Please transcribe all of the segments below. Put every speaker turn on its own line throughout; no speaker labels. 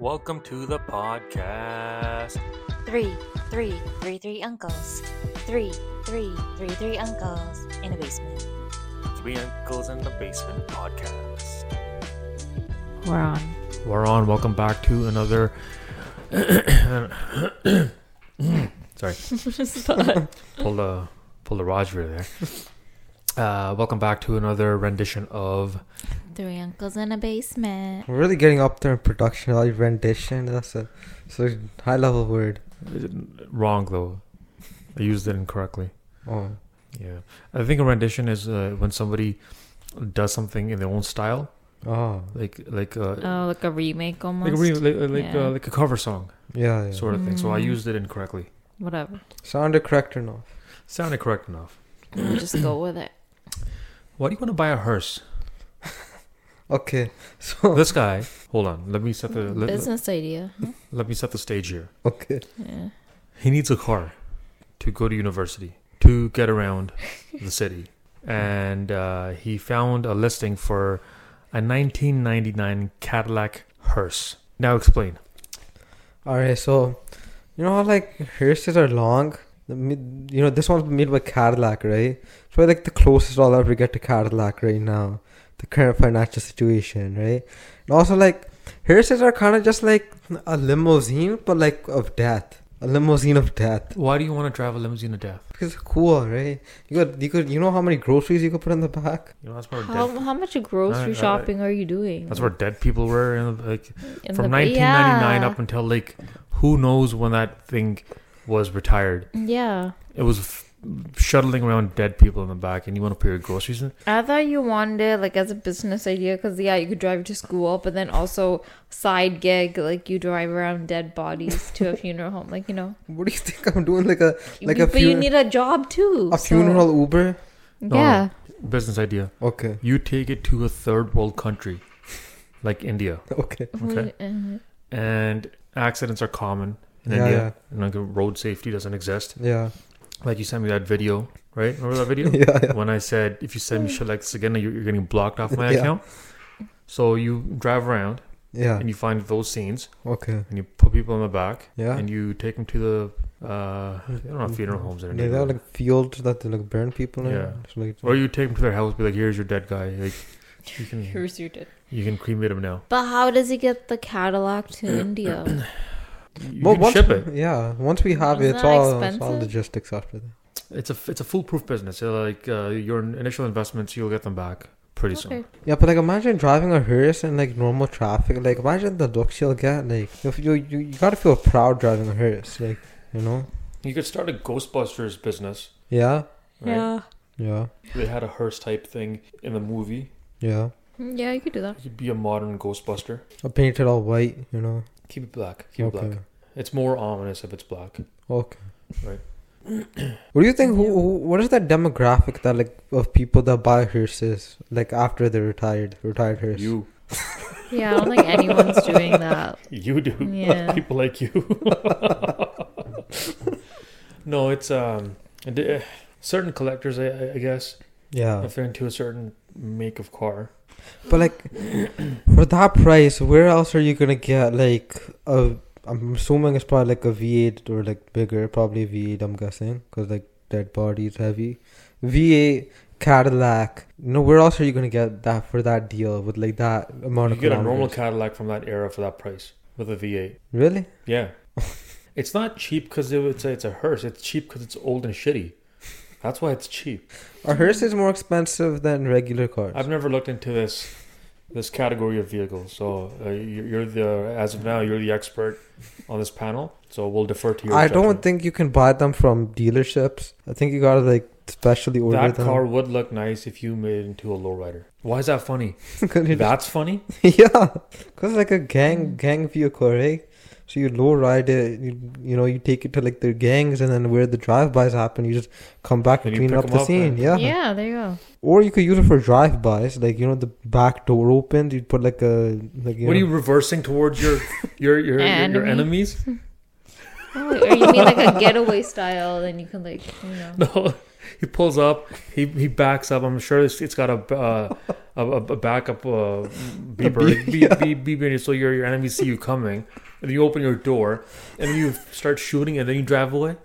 Welcome to the podcast.
Three, three, three, three uncles. Three, three, three, three uncles in a basement.
Three Uncles in the Basement podcast.
We're on.
We're on. Welcome back to another. Sorry, pull the pull the Roger there. Uh, welcome back to another rendition of
Three uncles in a basement.
We're really getting up there in production, like rendition. That's a, it's a high level word.
wrong though. I used it incorrectly.
Oh,
Yeah, I think a rendition is uh, when somebody does something in their own style,
oh,
like like uh,
Oh, like a remake almost.
like a re- like uh, like,
Yeah.
uh, like a cover song
yeah, yeah.
sort of thing. So I
Mm.
used it incorrectly.
Whatever.
Sounded correct enough.
Sounded correct enough.
We'll just go with it.
Why do you want to buy a hearse?
Okay, so
This guy. Hold on. Let me set the
Hmm.
let, let-
Business idea.
let me set the stage here.
okay,
Yeah.
He needs a car to go to university to get around the city, and uh, he found a listing for a 1999 Cadillac hearse. Now explain.
all right. So, you know how like hearses are long. The mid- You know this one's made by Cadillac, right? So like the closest I'll ever get to Cadillac right now, the current financial situation, right? And also like hearses are kind of just like a limousine, but like of death, a limousine of death.
Why do you want to drive a limousine to death?
Because it's cool, right? You could, you could, you know how many groceries you could put in the back?
You know that's where
How,
dead,
how much grocery
Alright, alright.
shopping are you doing?
that's where dead people were in, like
In
from
the-
1999
yeah.
up until like who knows when that thing was retired.
Yeah.
It was f- shuttling around dead people in the back, and you want to put your groceries in.
I thought you wanted it, like as a business idea because yeah, you could drive to school, but then also side gig like you drive around dead bodies to a funeral home, like you know.
What do you think I'm doing? Like a Like
You-
a
but you
fu-
need a job too.
a
so-
funeral Uber?
No,
Yeah.
Business idea.
Okay,
You take it to a third world country, like India,
Oh, okay.
Okay.
Uh,
and accidents are common in
Yeah,
India.
yeah.
And like road safety doesn't exist.
Yeah,
Like you sent me that video, right? Remember that video?
yeah, yeah.
when I said if you send me shit like this again, you're, you're getting blocked off my
Yeah.
account. So you drive around
yeah.
and you find those scenes
Okay,
and you put people in the back
yeah.
and you take them to the uh, I don't know funeral homes in
Yeah, they have
India,
like fields that they like burn people in.
Yeah.
It's like,
or you take them to their house, be like, "Here's your dead guy. Like, you can
Here's your dead.
you can cremate him now.
But how does he get the Cadillac to India?
You
Well,
can
once,
ship it.
Yeah, once we have it,
Isn't
it's
that
all, it's all
expensive?
logistics after that.
It's a it's a foolproof business. So, like uh, your initial investments, you'll get them back pretty soon.
Okay.
Yeah, but like imagine driving a hearse in like normal traffic. Like imagine the looks you'll get. Like if you you, you gotta feel proud driving a hearse. Like you know.
You could start a Ghostbusters business.
Yeah,
Right?
yeah,
They had a hearse type thing in the movie.
yeah.
Yeah, you could do that.
You could be a modern Ghostbuster.
I painted all white. You know.
Keep it black. Keep it
okay.
black. It's more ominous if it's black.
Okay.
Right.
what do you think? Who, who? What is that demographic that like of people that buy hearses like after they're retired? Retired hearse.
You
Yeah, I don't think anyone's doing that.
you do.
Yeah.
people like you. no, it's um, and, uh, certain collectors, I- I, I guess,
Yeah.
if they're into a certain make of car.
But like for that price, where else are you gonna get like a? I'm assuming it's probably like a V8 or like bigger, probably V8. I'm guessing because like dead body is heavy. V8 Cadillac. You know where else are you gonna get that for that deal with like that amount
You
of?
get a normal
kilometers?
Cadillac from that era for that price with a V8.
Really?
Yeah, it's not cheap because it, it's a, it's a hearse. It's cheap because it's old and shitty. That's why it's cheap.
A hearse is more expensive than regular cars.
I've never looked into this this category of vehicles. So uh, you're, you're the as of now you're the expert on this panel. So we'll defer to your.
I don't
judgment.
think you can buy them from dealerships. I think you gotta like specially order
that
them.
car would look nice if you made it into a lowrider. Why is that funny?
'Cause it-
That's funny.
yeah, cause like a gang gang vehicle, right? So you low ride it, you, you know, you take it to like their gangs, and then where the drive bys happen, you just come back and
Then you pick
clean
'em
up the
up
scene.
and-
Yeah.
Yeah, there you go.
or you could use it for drive bys, like you know, the back door opened, you put like a like. You
What are you
know,
reversing towards your your your, your, your
Enemy.
enemies?
Oh, or you mean like a getaway style, then you can like, you know.
No, he pulls up. He he backs up. I'm sure it's, it's got a uh, a, a, a backup uh, beeper,
beep,
beep, beep, beep, beep, so your, your enemies see you coming, and you open your door, and you start shooting, and then you drive away.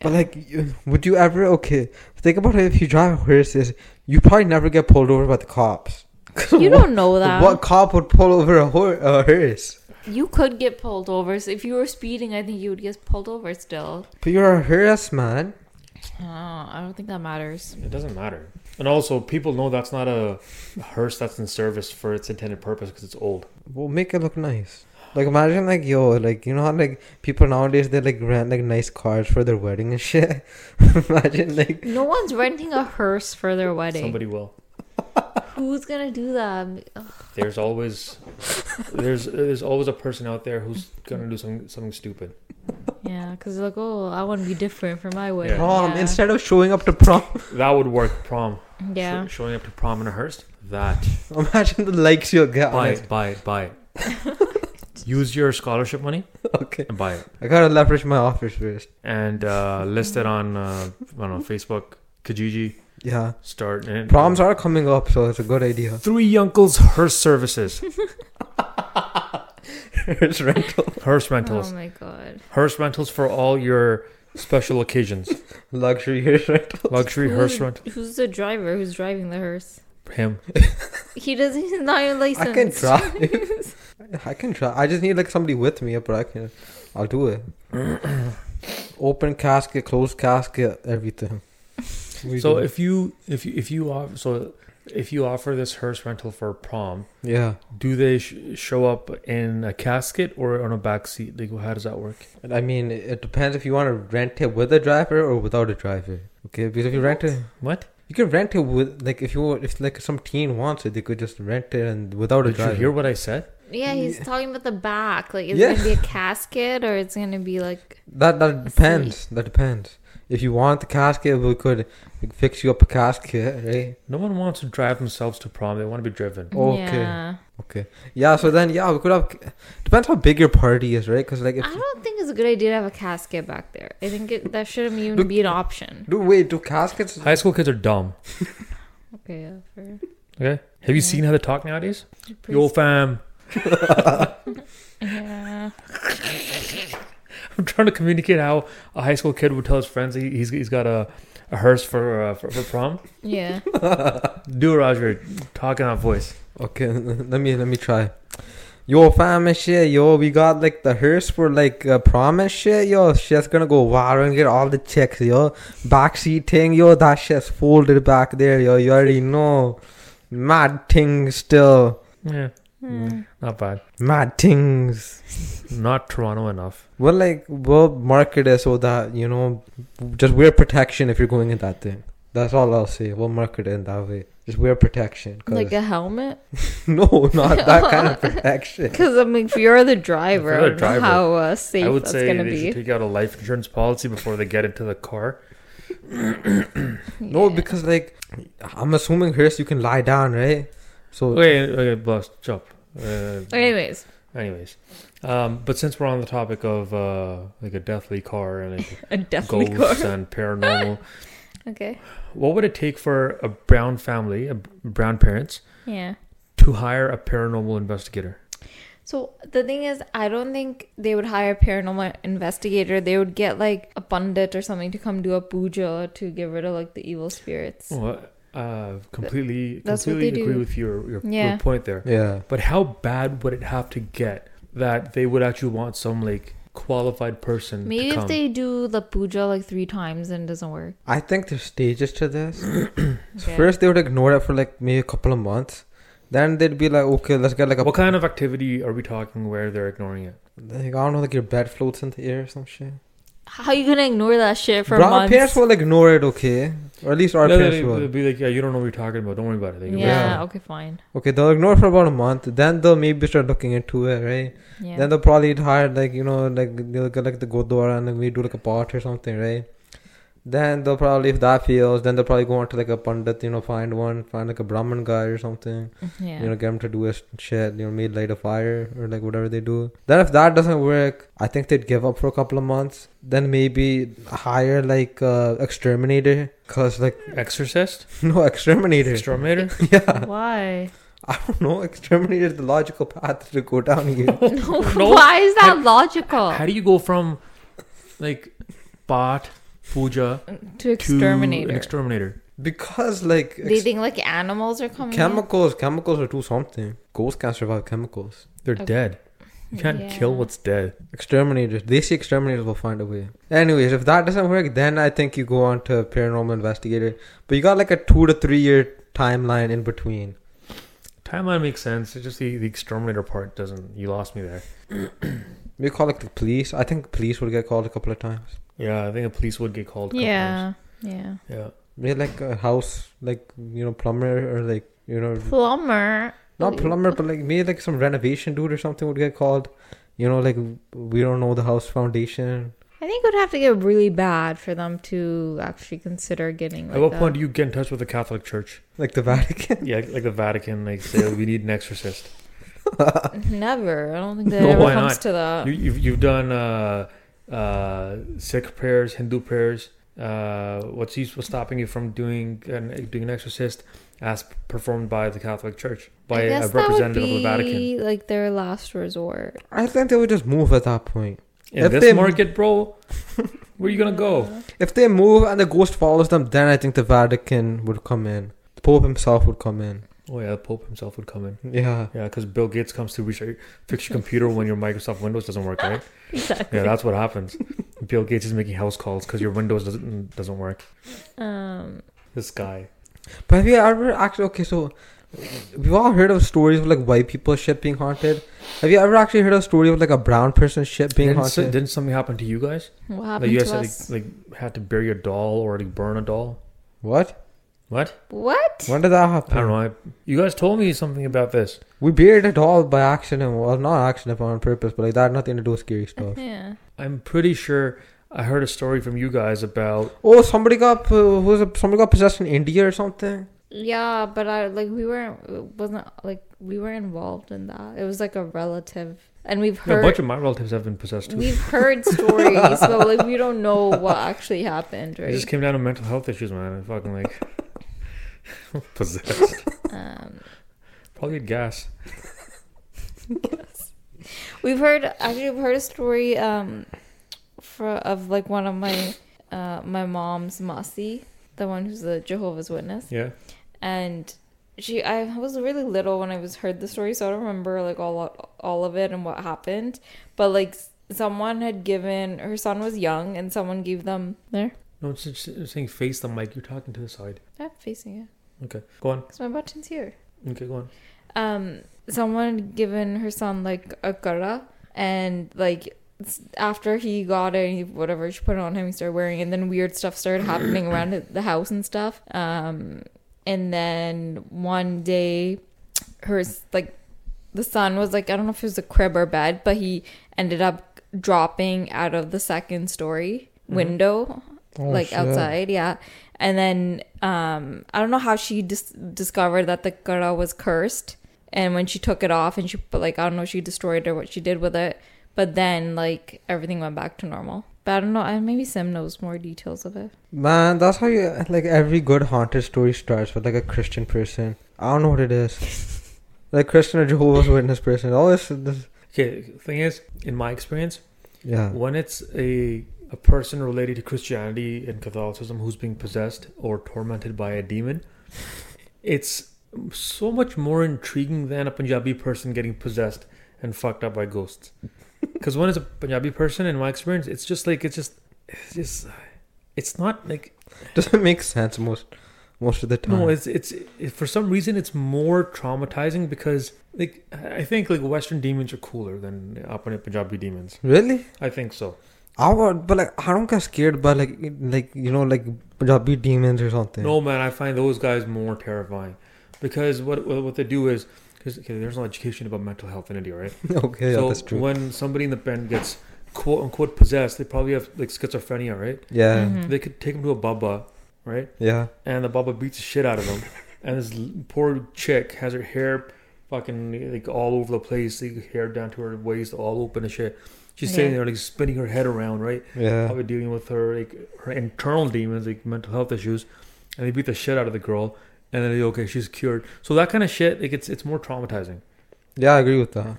But like, you- would you ever? Okay, think about it. If you drive horses, you probably never get pulled over by the cops.
you don't know that.
What cop would pull over a, hor- a hearse?
You could get pulled over. So if you were speeding, I think you would get pulled over still.
But you're a hearse, man.
Oh, I don't think that matters.
It doesn't matter. And also, people know that's not a hearse that's in service for its intended purpose because it's old.
We'll make it look nice. Like imagine like yo like you know how like people nowadays they like rent like nice cars for their wedding and shit. imagine like
No one's renting a hearse for their wedding.
Somebody will.
Who's gonna do that? Ugh,
There's always there's there's always a person out there who's gonna do something something stupid.
Yeah, because like, oh, I want to be different for my wedding.
prom
Yeah.
instead of showing up to prom.
That would work. Prom.
Yeah.
Sh- showing up to prom in a hearse. That.
Imagine the likes you'll get.
Buy
on
it. Buy it. Buy it. Use your scholarship money
it. Okay,
and buy it.
I gotta leverage my offers first.
And uh, list it on uh, I don't know Facebook, Kijiji,
Yeah,
start and
proms are coming up, so it's a good idea.
Three uncles hearse services,
Hearse rental,
hearse
Oh
rentals,
my god.
hearse rentals for all your special occasions.
luxury hearse rental.
Luxury hearse
Who's,
rent.
who's the driver? Who's driving the hearse?
Him.
He doesn't. He's not even licensed.
I can drive. I can drive. I just need like somebody with me, but I can. I'll do it. Open casket, closed casket, everything. We
So
do-
if you if you if you offer so if you offer this hearse rental for prom,
yeah,
do they sh- show up in a casket or on a back seat? Like, how does that work?
And I mean, it depends if you want to rent it with a driver or without a driver. Okay, because if you rent it,
What?
you can rent it with like if you if like some teen wants it, they could just rent it and without a
Did you
driver.
hear what I said?
Yeah, he's talking about the back. Like, is
Yeah.
it gonna be a casket or it's gonna be like?
That that depends. That depends. If you want the casket, we could like, fix you up a casket, right?
No one wants to drive themselves to prom. They want to be driven.
Okay.
Yeah.
Yeah. So then, yeah, we could have. Depends how big your party is, right? Because like, if
I don't think it's a good idea to have a casket back there. I think it, that shouldn't even
Look-
be an option.
do wait, do caskets?
High school kids are dumb.
Okay, yeah, fair.
Okay. Have
Yeah.
you seen how they talk nowadays?
Pretty-
Yo, fam.
yeah.
I'm trying to communicate how a high school kid would tell his friends he, he's he's got a, a hearse for, uh, for for prom.
Yeah.
Do it, Roger. Talk in that voice.
Okay, let me let me try. Yo, fam and shit, yo, we got like the hearse for like uh, prom and shit, yo. Shit's gonna go wild and get all the chicks, yo. Backseat thing, yo, that shit's folded back there, yo. You already know. Mad things still.
Yeah,
Hmm.
not bad.
Mad things.
Not Toronto enough.
Well, like, we'll market it so that, you know, just wear protection if you're going in that thing. That's all I'll say. We'll market it in that way. Just wear protection. 'cause-
Like a helmet?
no, not that kind of protection.
Because, I mean, if you're the driver,
If
I
you're the
don't
driver,
know how uh, safe
I would
that's
say
going to
they
be.
should take out a life insurance policy before they get into the car.
Yeah.
No, because like I'm assuming hearse you can lie down, right? So
Okay, okay, boss, chop. Uh,
Anyways,
Anyways, um, but since we're on the topic of uh, like a deathly car and like
a definitely
ghosts and paranormal,
Okay.
what would it take for a brown family, a brown parents,
Yeah.
to hire a paranormal investigator?
So the thing is, I don't think they would hire a paranormal investigator. They would get like a pundit or something to come do a puja to get rid of like the evil spirits.
Well, uh, completely,
That's what
completely
they
agree
do.
with your your, your
Yeah.
point there.
yeah,
But how bad would it have to get that they would actually want some like qualified person?
Maybe
to come?
if they do the puja like three times and it doesn't work.
I think there's stages to this. So
Okay.
First, they would ignore it for like maybe a couple of months. Then they'd be like, okay, let's get like a
What kind of activity are we talking where they're ignoring it?
like I don't know, like your bed floats in the air or some shit.
How you gonna ignore that shit for
Bro, our
months?
parents will ignore it, okay, or at least our
No,
parents
they,
will.
will be like, yeah, you don't know what you're talking about. Don't worry about it. They
yeah,
can-
Yeah.
Okay. Fine.
Okay, they'll ignore it for about a month. Then they'll maybe start looking into it, right?
Yeah.
Then they'll probably hire like you know like they'll get like the Godwara and then we do like a pot or something, right? Then they'll probably, if that fails, then they'll probably go on to like a pandit, you know, find one, find like a Brahmin guy or something,
Yeah.
you know, get him to do his shit, you know, maybe light a fire or like whatever they do. Then if that doesn't work, I think they'd give up for a couple of months. Then maybe hire like uh, exterminator, cause like
Exorcist?
no exterminator.
Exterminator?
yeah,
Why?
I don't know. Exterminator is the logical path to go down here.
No,
No.
Why is that
How-
logical?
How do you go from like Bhat, Puja
to
to exterminator.
exterminator.
an exterminator?
because like
they
ex-
think like animals are coming. in?
chemicals, chemicals are too something. Ghosts can't survive chemicals.
They're
Okay.
dead. You can't kill
Yeah.
what's dead.
Exterminators. They see exterminators will find a way. Anyways, if that doesn't work, then I think you go on to paranormal investigator. But you got like a two to three year timeline in between.
Timeline makes sense. It's just the, the exterminator part doesn't. You lost me there.
We call like the police. I think police will get called a couple of times.
Yeah, I think the police would get called. a couple
Yeah. Yeah.
times. Yeah.
We had like a house, like you know, plumber or like you know,
Plumber.
not plumber, but like maybe like some renovation dude or something would get called. You know, like we don't know the house foundation.
I think it would have to get really bad for them to actually consider getting. Like
At what
that.
point do you get in touch with the Catholic Church?
Like the Vatican.
Yeah, like the Vatican. Like say we need an exorcist.
Never. I don't think that
No,
ever
why
comes
not?
to that.
You, you've you've done uh, uh, Sikh prayers, Hindu prayers. Uh, what's he's what's stopping you from doing an, doing an exorcist as performed by the Catholic Church by
I
a
guess that would
representative of the Vatican?
be, Like their last resort.
I think they would just move at that point.
In
If
this
they-
market, bro, where you gonna
Uh,
go?
If they move and the ghost follows them, then I think the Vatican would come in. The Pope himself would come in.
Oh yeah, the Pope himself would come in.
Yeah.
Yeah, because Bill Gates comes to reset, fix your computer when your Microsoft Windows doesn't work, right?
Exactly.
Yeah, that's what happens. Bill Gates is making house calls because your Windows doesn't doesn't work.
Um.
This guy.
But have you ever actually okay, so we've all heard of stories of like white people's shit being haunted. Have you ever actually heard a story of like a brown person's shit being
Didn't, so-
haunted?
didn't something happen to you guys?
What
Like
happened
you guys
to
had,
us?
like, like had to bury a doll or like burn a doll.
What?
What?
what?
When did that happen?
I don't know. I, you guys told me something about this.
We buried it all by accident. Well, not accident, but on purpose. But like that had nothing to do with scary stuff.
Yeah.
I'm pretty sure I heard a story from you guys about
Oh, somebody got uh, was it, somebody got possessed in India or something.
Yeah, but I like we weren't it wasn't like we were involved in that. It was like a relative, and we've
a bunch
heard
of my relatives have been possessed too.
we've heard stories, but like we don't know what actually happened,
It
right?
just came down to mental health issues, man. I'm fucking like possessed.
Um,
Probably gas.
we've heard actually we've heard a story um for of like one of my uh my mom's Masi, the one who's a Jehovah's Witness.
Yeah.
and she I was really little when I was heard the story, so I don't remember like all all of it and what happened. But like s- someone had given her son was young, and someone gave them there.
No, it's just it's saying face the mic. You're talking to the side.
I'm facing it
Okay, go on.
because my button's here.
Okay, go on.
Um, someone had given her son like a kara, and like s- after he got it, he, whatever she put it on him, he started wearing, it, and then weird stuff started happening around it- the house and stuff. Um, and then one day, her s- like the son was like I don't know if it was a crib or bed, but he ended up dropping out of the second story window
Oh,
like
shit.
outside, yeah. And then um, I don't know how she dis- discovered that the kara was cursed. And when she took it off, and she put like I don't know, she destroyed it or what she did with it. But then like everything went back to normal. But I don't know. I maybe Sim knows more details of it.
Man, that's how you like every good haunted story starts with like a Christian person. I don't know what it is. like Christian or Jehovah's Witness person. All this, this
Okay, thing is, in my experience,
yeah.
when it's a a person related to Christianity and Catholicism who's being possessed or tormented by a demon, it's so much more intriguing than a Punjabi person getting possessed and fucked up by ghosts. Because when it's a Punjabi person, in my experience, it's just like it's just it's just it's not like
Doesn't make sense most most of the time.
No, it's it's it, for some reason it's more traumatizing because like I I think like Western demons are cooler than Apane Punjabi demons.
really.
I think so.
I would, but like I don't get scared by like like you know like Punjabi demons or something.
No man, I find those guys more terrifying because what what, what they do is because okay, there's no education about mental health in India, right?
okay, yeah,
so
that's true.
when somebody in the pen gets quote unquote possessed, they probably have like schizophrenia, right?
Yeah.
Mhm.
They could take him to a baba, right?
Yeah.
And the baba beats the shit out of him. and this l- poor chick has her hair fucking like all over the place, like, hair down to her waist, all open and shit. She's sitting
Yeah.
there like spinning her head around, right?
Yeah.
Probably dealing with her like her internal demons, like mental health issues, and they beat the shit out of the girl. And then they okay, she's cured. So that kind of shit, like it's it's more traumatizing.
Mm-hmm. Yeah, I agree with that.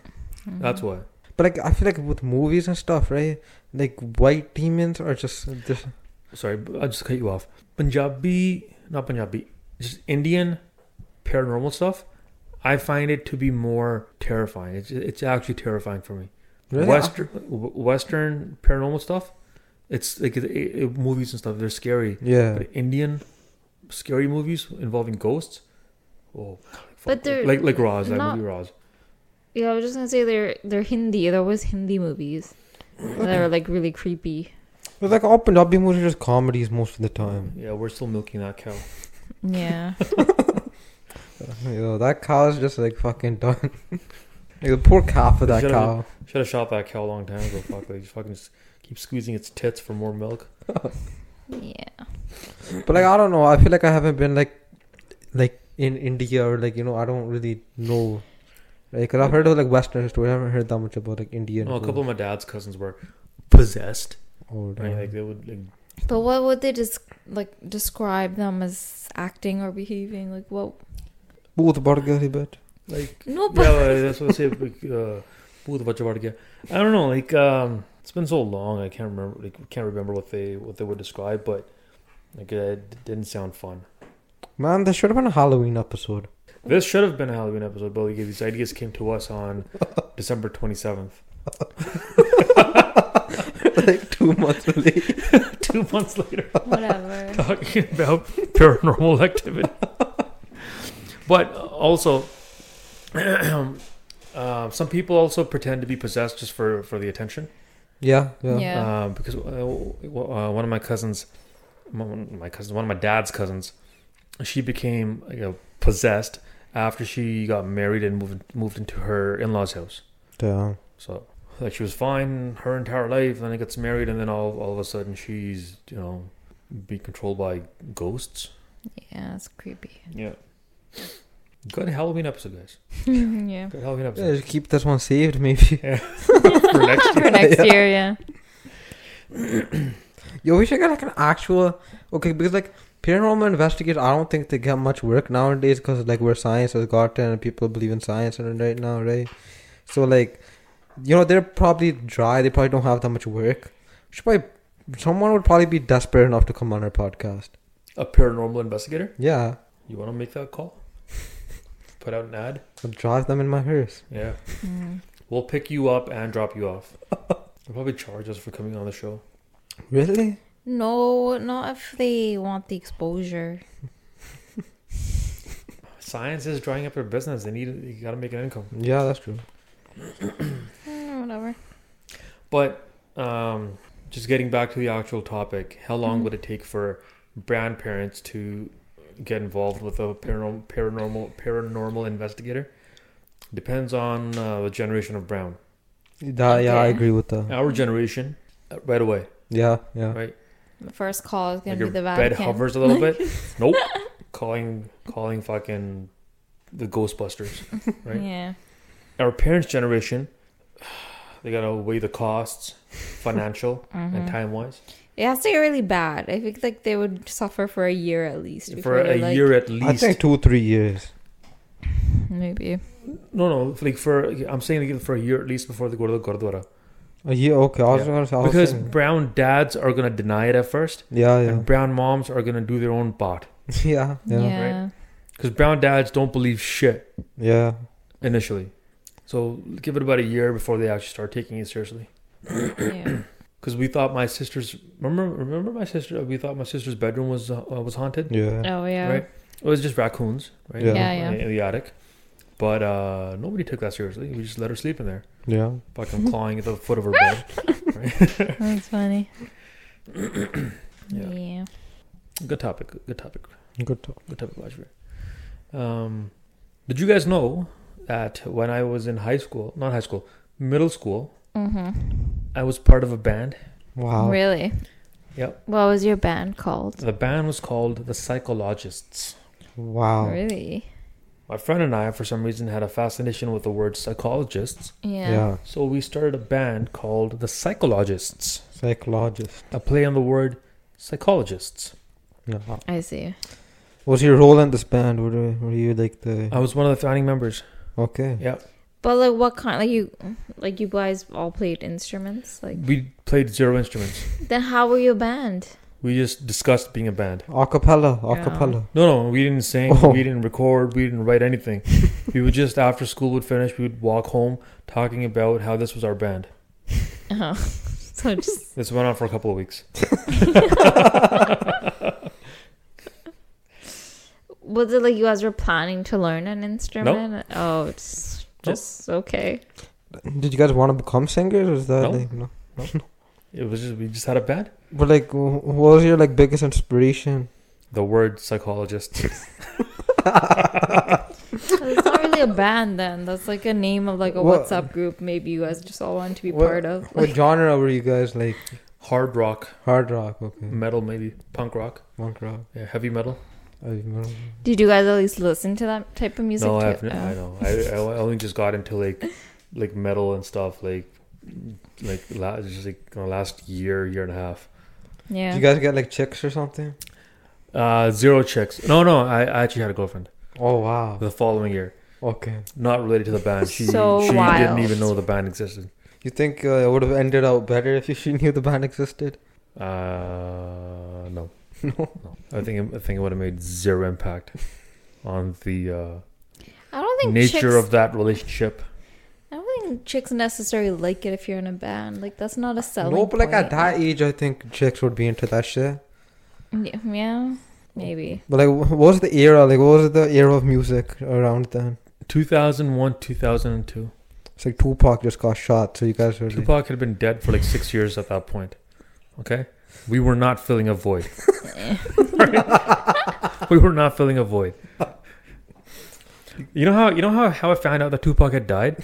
That's why.
But like, I feel like with movies and stuff, right? Like white demons are just, just
sorry, I will just cut you off. Punjabi, not Punjabi, just Indian paranormal stuff. I find it to be more terrifying. It's it's actually terrifying for me.
Really?
Western Western paranormal stuff. It's like it, it, movies and stuff. They're scary.
yeah.
But Indian scary movies involving ghosts. Oh,
But they're
like like Roz, that
not-
movie Roz.
Yeah, I was just gonna say they're they're Hindi. They're always Hindi movies that are like really creepy.
But like all Punjabi movies are just comedies most of the time.
Yeah, we're still milking that cow.
Yeah.
You know, that cow is just like fucking done. like the poor calf of that
Should've-
cow.
Should have shot that cow a long time ago. Fuck, they just fucking s- keep squeezing its tits for more milk.
yeah.
But like I don't know. I feel like I haven't been like like in India or like you know I don't really know. Like i I've heard of like Western story. I haven't heard that much about like Indian.
No, Oh, a
food.
couple of my dad's cousins were possessed.
Oh,
Right?
damn.
Like they would like
But what would they just like describe them as acting or behaving? Like what?
Booth burger, he bet.
like
No,
yeah,
but
well, that's what I say. Like, uh, booth bunch of article. I don't know. Like um, it's been so long, I can't remember. Like can't remember what they what they would describe, but like it didn't sound fun.
Man, there should have been a Halloween episode.
This should have been a Halloween episode, but like, these ideas came to us on December twenty seventh,
like two months late.
two months later,
whatever.
talking about paranormal activity. but also, uh, some people also pretend to be possessed just for for the attention.
Yeah, yeah.
Yeah.
Um, because uh, w- uh, one of my cousins, m- my cousin, one of my dad's cousins, she became you know, possessed after she got married and moved moved into her in laws' house.
Damn.
So like she was fine her entire life, then it gets married, and then all all of a sudden she's you know being controlled by ghosts.
Yeah, it's creepy.
Yeah. Good Halloween episode, guys.
yeah.
Good Halloween
Yeah,
episode
just keep this one saved, maybe.
for next year.
For next year, yeah.
Yo, we should get like an actual. Okay, because like paranormal investigators, I don't think they get much work nowadays because like where science has gotten and people believe in science and right now, right? So like, you know, they're probably dry. They probably don't have that much work. Should probably someone would probably be desperate enough to come on our podcast.
A paranormal investigator.
Yeah,
You want to make that call? Put out an ad.
I'll drive them in my hearse.
Yeah.
Mm.
We'll pick you up and drop you off. They'll probably charge us for coming on the show.
Really?
No, not if they want the exposure.
Science is drying up their business. They need you got to make an income.
Yeah, that's true.
Mm, whatever.
But um, just getting back to the actual topic, how long
Mhm.
would it take for brand parents to get involved with a paranormal paranormal paranormal investigator? Depends on uh, the generation of Brown.
That, yeah, I
Okay.
agree with that.
Our generation, uh, right away,
Yeah, yeah.
right?
The first call is gonna
Like your
be the
bed
Vatican.
hovers a little bit. Nope. Calling, calling, fucking the Ghostbusters, right?
Yeah.
our parents' generation, they gotta weigh the costs, financial and
Mhm.
time wise,
It has to get really bad. I think like they would suffer for a year at least.
for
before
a
they're, like,
year at
I
least.
think two, three years.
Maybe.
No, no, like for I'm saying like for a year at least before they go to the Gurdwara.
A year, Oh, okay. I was
Yeah.
gonna say, I was
Because
saying-
brown dads are gonna deny it at first,
yeah, yeah,
and brown moms are gonna do their own part.
yeah,
Yeah.
yeah,
Because brown dads don't believe shit
yeah.
initially, so give it about a year before they actually start taking it seriously.
yeah.
Because we thought my sister's remember remember my sister we thought my sister's bedroom was uh, was haunted.
yeah.
Oh yeah.
Right? It was just raccoons, right?
Yeah.
Yeah, yeah.
In the attic. But uh, nobody took that seriously. We just let her sleep in there,
Yeah.
fucking clawing at the foot of her bed.
That's funny.
Yeah.
yeah.
Good topic. Good topic.
Good talk.
Good topic, Rajveer. Um, did you guys know that when I was in high school, not high school, middle school,
Mm-hmm.
I was part of a band.
Wow.
Really?
Yep.
What was your band called?
The band was called The Psychologists.
Wow.
Really?
My friend and I, for some reason, had a fascination with the word psychologists,
Yeah.
Yeah.
so we started a band called The Psychologists,
Psychologist.
a play on the word psychologists.
Yeah.
I see.
What's your role in this band? Were, you- were you like the.
I was one of the founding members.
Okay.
But like, what kind? Like you, like you guys all played instruments. Like,
We played zero instruments.
then how were you a band?
We just discussed being a band.
Acapella.
Yeah.
Acapella.
No, no, we didn't sing,
Oh.
we didn't record, we didn't write anything. we would just, after school would finish, we would walk home talking about how this was our band.
Oh, so just
This went on for a couple of weeks.
was it like you guys were planning to learn an instrument? Oh, it's
Nope.
just okay.
Did you guys want to become singers? Or is that
No.
like. No.
It was just, we just had a band.
But like, wh- what was your like biggest inspiration?
The word psychologist.
It's not really a band then. That's like a name of like a
What-
WhatsApp group. Maybe you guys just all want to be
What-
part of.
What genre were you guys like?
Hard rock,
Hard rock. Okay.
metal maybe, punk rock,
Punk rock.
yeah, heavy metal.
I remember.
Did you guys at least listen to that type of music?
no, I,
too?
have,
Oh.
I know. I, I only just got into like like metal and stuff like like last, just like the last year, year and a half.
Yeah.
Did you guys get like chicks or something?
Uh, zero chicks. No, no, I, I actually had a girlfriend
Oh wow.
the following year.
Okay.
Not related to the band. She,
So
she
wild.
didn't even know the band existed.
You think uh, it would have ended out better if you- she knew the band existed?
Uh, no. No. I think I think it would have made zero impact on the uh,
I don't think
nature
chicks,
of that relationship.
I don't think chicks necessarily like it if you're in a band. Like that's not a selling.
no, but like at
point.
that age, I think chicks would be into that shit.
Yeah, yeah, maybe.
But like, wh- what was the era? Like, what was the era of music around then?
2001, 2002.
It's like Tupac just got shot, so you guys were. Like,
Tupac had been dead for like six years at that point. Okay, we were not filling a void.
Eh.
Right? we were not filling a void. You know how you know how, how I found out that Tupac had died?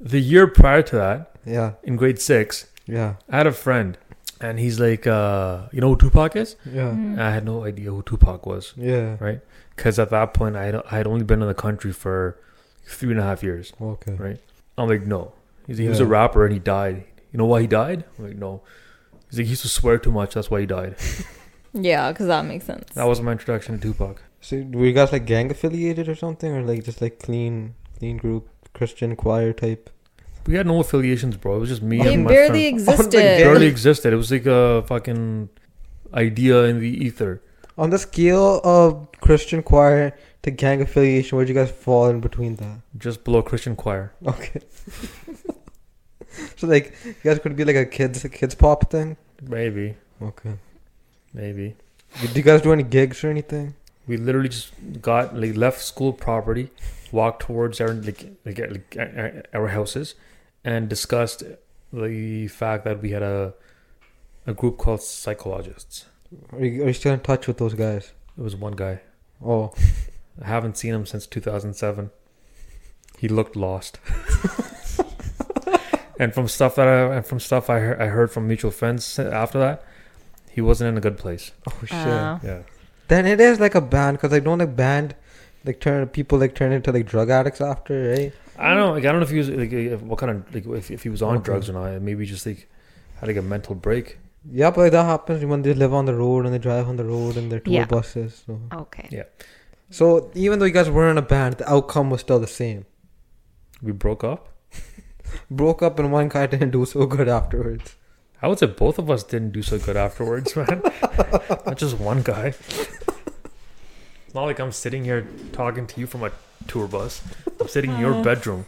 The year prior to that,
yeah,
in grade six,
yeah,
I had a friend, and he's like, uh, "You know who Tupac is?"
yeah,
Mm.
And I had no idea who Tupac was
yeah.
Right. because at that point I had, I had only been in the country for three and a half years.
Okay.
Right. I'm like, no. He's like, he was a
Yeah.
rapper and he died. You know why he died? I'm like, no. He's like, he used to swear too much. That's why he died.
Yeah, because that makes sense.
That was my introduction to Tupac.
So were you guys like gang affiliated or something, or like just like clean, clean group Christian choir type?
We had no affiliations, bro. It was just me
they
and my
barely
friend.
existed.
Oh,
barely existed. It was like a fucking idea in the ether.
On the scale of Christian choir to gang affiliation, where'd you guys fall in between that?
Just below Christian choir.
Okay. so like you guys could be like a kids a kids pop thing.
Maybe.
Okay.
Maybe.
Did you guys do any gigs or anything?
We literally just got like left school property, walked towards our like, like, like our- our houses, and discussed the fact that we had a a group called psychologists.
Are you, are you still in touch with those guys?
It was one guy.
Oh,
I haven't seen him since 2007. He looked lost. and from stuff that I and from stuff I heard, I heard from mutual friends after that, he wasn't in a good place.
oh shit.
Uh,
Yeah.
then it is like a band because like don't like band like turn people like turn into like drug addicts after right?
I don't know. Like, I don't know if he was like if, what kind of like if, if he was on
Okay.
drugs or not. Maybe just like had like a mental break.
Yeah, but like, that happens when they live on the road and they drive on the road and they're tour
Yeah.
buses. So.
okay.
so even though you guys were in a band, the outcome was still the same.
We broke up.
Broke up and one guy didn't do so good afterwards.
I would say both of us didn't do so good afterwards, man. not just one guy. It's not like I'm sitting here talking to you from a tour bus. I'm sitting in your bedroom,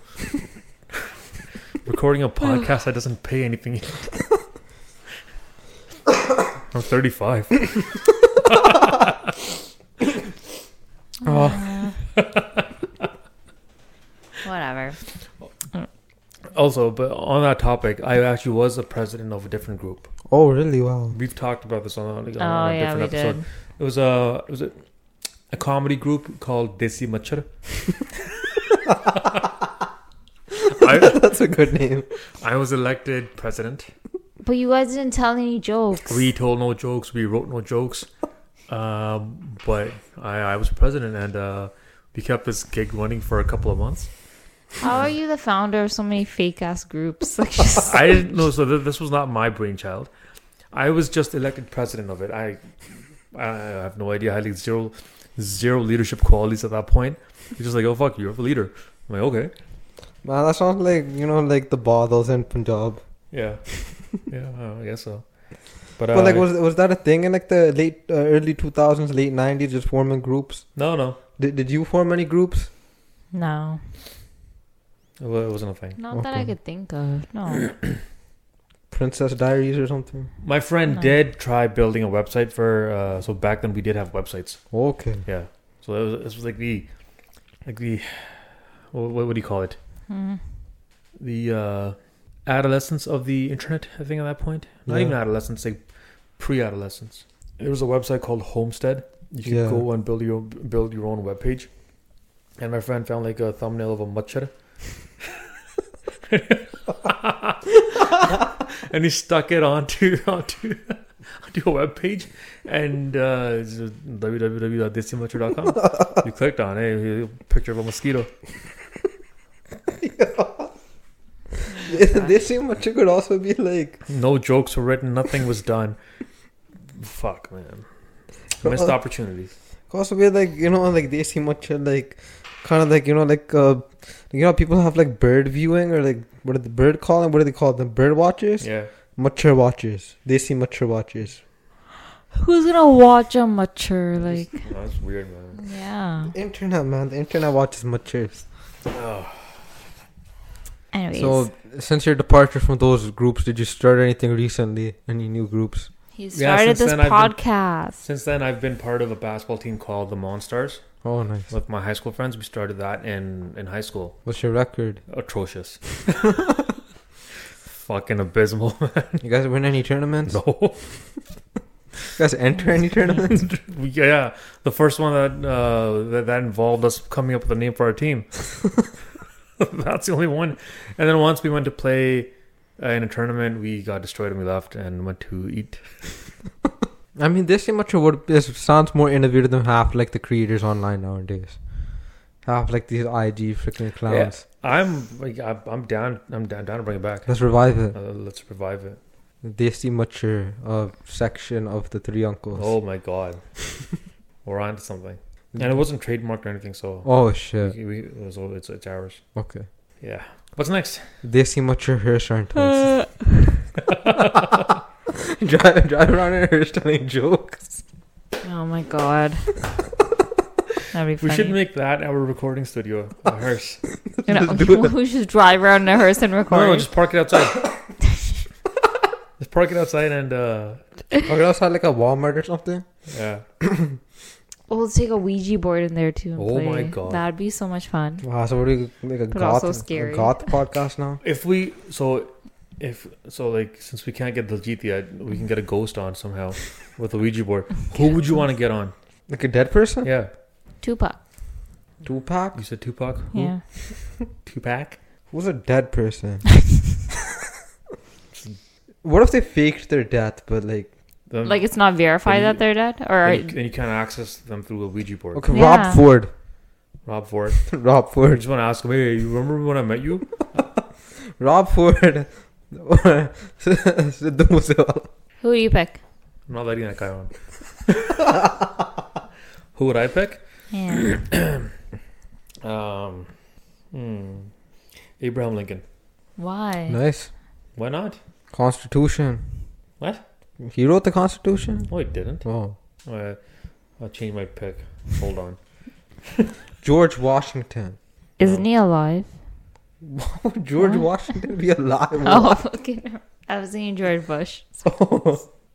recording a podcast that doesn't pay anything. I'm 35.
Oh,
Whatever.
Also, but on that topic, I actually was the president of a different group.
oh really? Wow.
We've talked about this on, like, on
Oh
a
yeah,
different
we
episode.
did.
It was a it was a, a comedy group called Desi Machar. I,
That's a good name.
I was elected president.
But you guys didn't tell any jokes.
We told no jokes. We wrote no jokes. Um, but I, I was president, and uh, we kept this gig running for a couple of months.
How are you the founder of so many fake ass groups? Like, just,
I didn't know. So th- this was not my brainchild. I was just elected president of it. I I have no idea. I had like zero zero leadership qualities at that point. He's just like, oh fuck, you're a leader. I'm like, okay,
Man, that sounds like you know, like the Badals in Punjab.
yeah, yeah, uh, I guess so. But,
But
uh,
like, was was that a thing in like the late uh, early two thousands, late nineties? Just forming groups.
no, no,
Did Did you form any groups?
no,
it wa- it wasn't a thing.
not that I
Okay.
could think of. No,
Princess Diaries or something?
My friend
No.
did try building a website for. Uh, so back then we did have websites.
Okay.
Yeah. So that was, this was like the, like the, what, what do you call it?
Hmm.
The uh, adolescence of the internet. I think at that point, not
Yeah.
even adolescence, like pre-adolescence. There was a website called Homestead. You could
Yeah.
go and build your build your own webpage. And my friend found like a thumbnail of a machar. and he stuck it onto onto onto a web page and uh, it's just www.desimachar.com. you clicked on it, a picture of a mosquito.
They- they seem much could also be like
No jokes were written, nothing was done. Fuck, man. Missed opportunities.
could also be like you know like they seem much like kind of like you know like uh you know people have like bird viewing or like what are the bird calling what do they call them bird watchers
Yeah.
mature watchers they see mature watchers
who's gonna watch a mature? Like,
That's weird, man. Hmm.
yeah.
internet man the internet watches matures
Anyways,
so since your departure from those groups did you start anything recently any new groups
he
Yeah,
started
since
this
then I've been-
podcast.
Since then, I've been part of a basketball team called the Monstars.
oh nice
With my high school friends, we started that in, in high school.
what's your record
Atrocious. Fucking abysmal.
you guys win any tournaments
no.
you guys enter any tournaments
yeah, the first one that, uh, that that involved us coming up with a name for our team. That's the only one. And then once we went to play uh, in a tournament, we got destroyed and we left and went to eat.
I mean, this immature would this sounds more innovative than half like the creators online nowadays. Half like these IG freaking clowns.
I'm like I- I'm down. I'm down, down to bring it back.
Let's revive it.
Uh, let's revive it.
Desi Mature uh, section of the three uncles.
Oh my god, we're on to something. And it wasn't trademarked or anything, so
Oh, shit.
we, we, it was, it's it's ours.
Okay.
Yeah. What's next?
Desi Mature hairstyling.
Oh
drive, drive around in a hairstyling joke.
oh my god, that'd be
We
funny.
should make that our recording studio. A hearse.
You know,
Just do it.
we should drive around in a hearse and
No,
record.
no, just park it outside. just park it outside and uh
Or else had like a Walmart or something.
yeah.
Well, let's take a Ouija board in there too. And
Oh
play.
my God.
that'd be so much fun.
Wow, so what do you like a
But
goth,
also scary.
a goth podcast now?
If we so if so like since we can't get the GT we can get a ghost on somehow with a Ouija board. Who would you want to get on?
Like a dead person?
Yeah.
Tupac.
Tupac?
You said Tupac? Who?
Yeah.
Tupac?
Who's a dead person? what if they faked their death, but like
Then,
like it's not verified
Then
that
you-
they're dead, or
then you, then you can't access them through a Ouija board.
Okay,
Yeah.
Rob Ford.
Rob Ford.
Rob
I
Ford.
just want to ask him, hey, you remember when I met you?
Rob Ford. Sidhu Musil.
who do you pick?
I'm not letting that guy on. Who would I pick?
Yeah.
Um, hmm. Abraham Lincoln.
Why?
nice.
Why not?
Constitution.
What?
He wrote the Constitution?
No, it didn't.
Oh.
Uh, I'll change my pick. Hold on.
George Washington.
Isn't he alive?
Would George
What?
Washington be alive?
Oh, okay. I was thinking George Bush.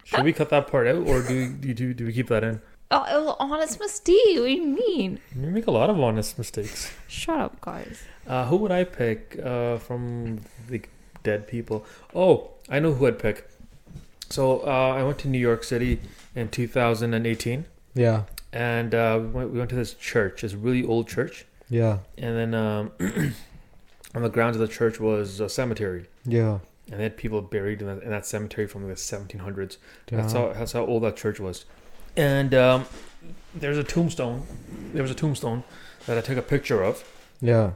Should we cut that part out, or do do, do, do we keep that in?
Oh, it was honest mistake. What do you mean?
You make a lot of honest mistakes.
Shut up, guys.
Uh, who would I pick uh, from the dead people? Oh, I know who I'd pick. So uh, I went to New York City in 2018,
Yeah.
and uh, we went- we went to this church, this really old church.
Yeah.
and then um, on the grounds of the church was a cemetery,
Yeah.
and they had people buried in that, in that cemetery from the 1700s. That's
Damn.
how that's how old that church was. And um, there's a tombstone. There was a tombstone that I took a picture of,
Yeah.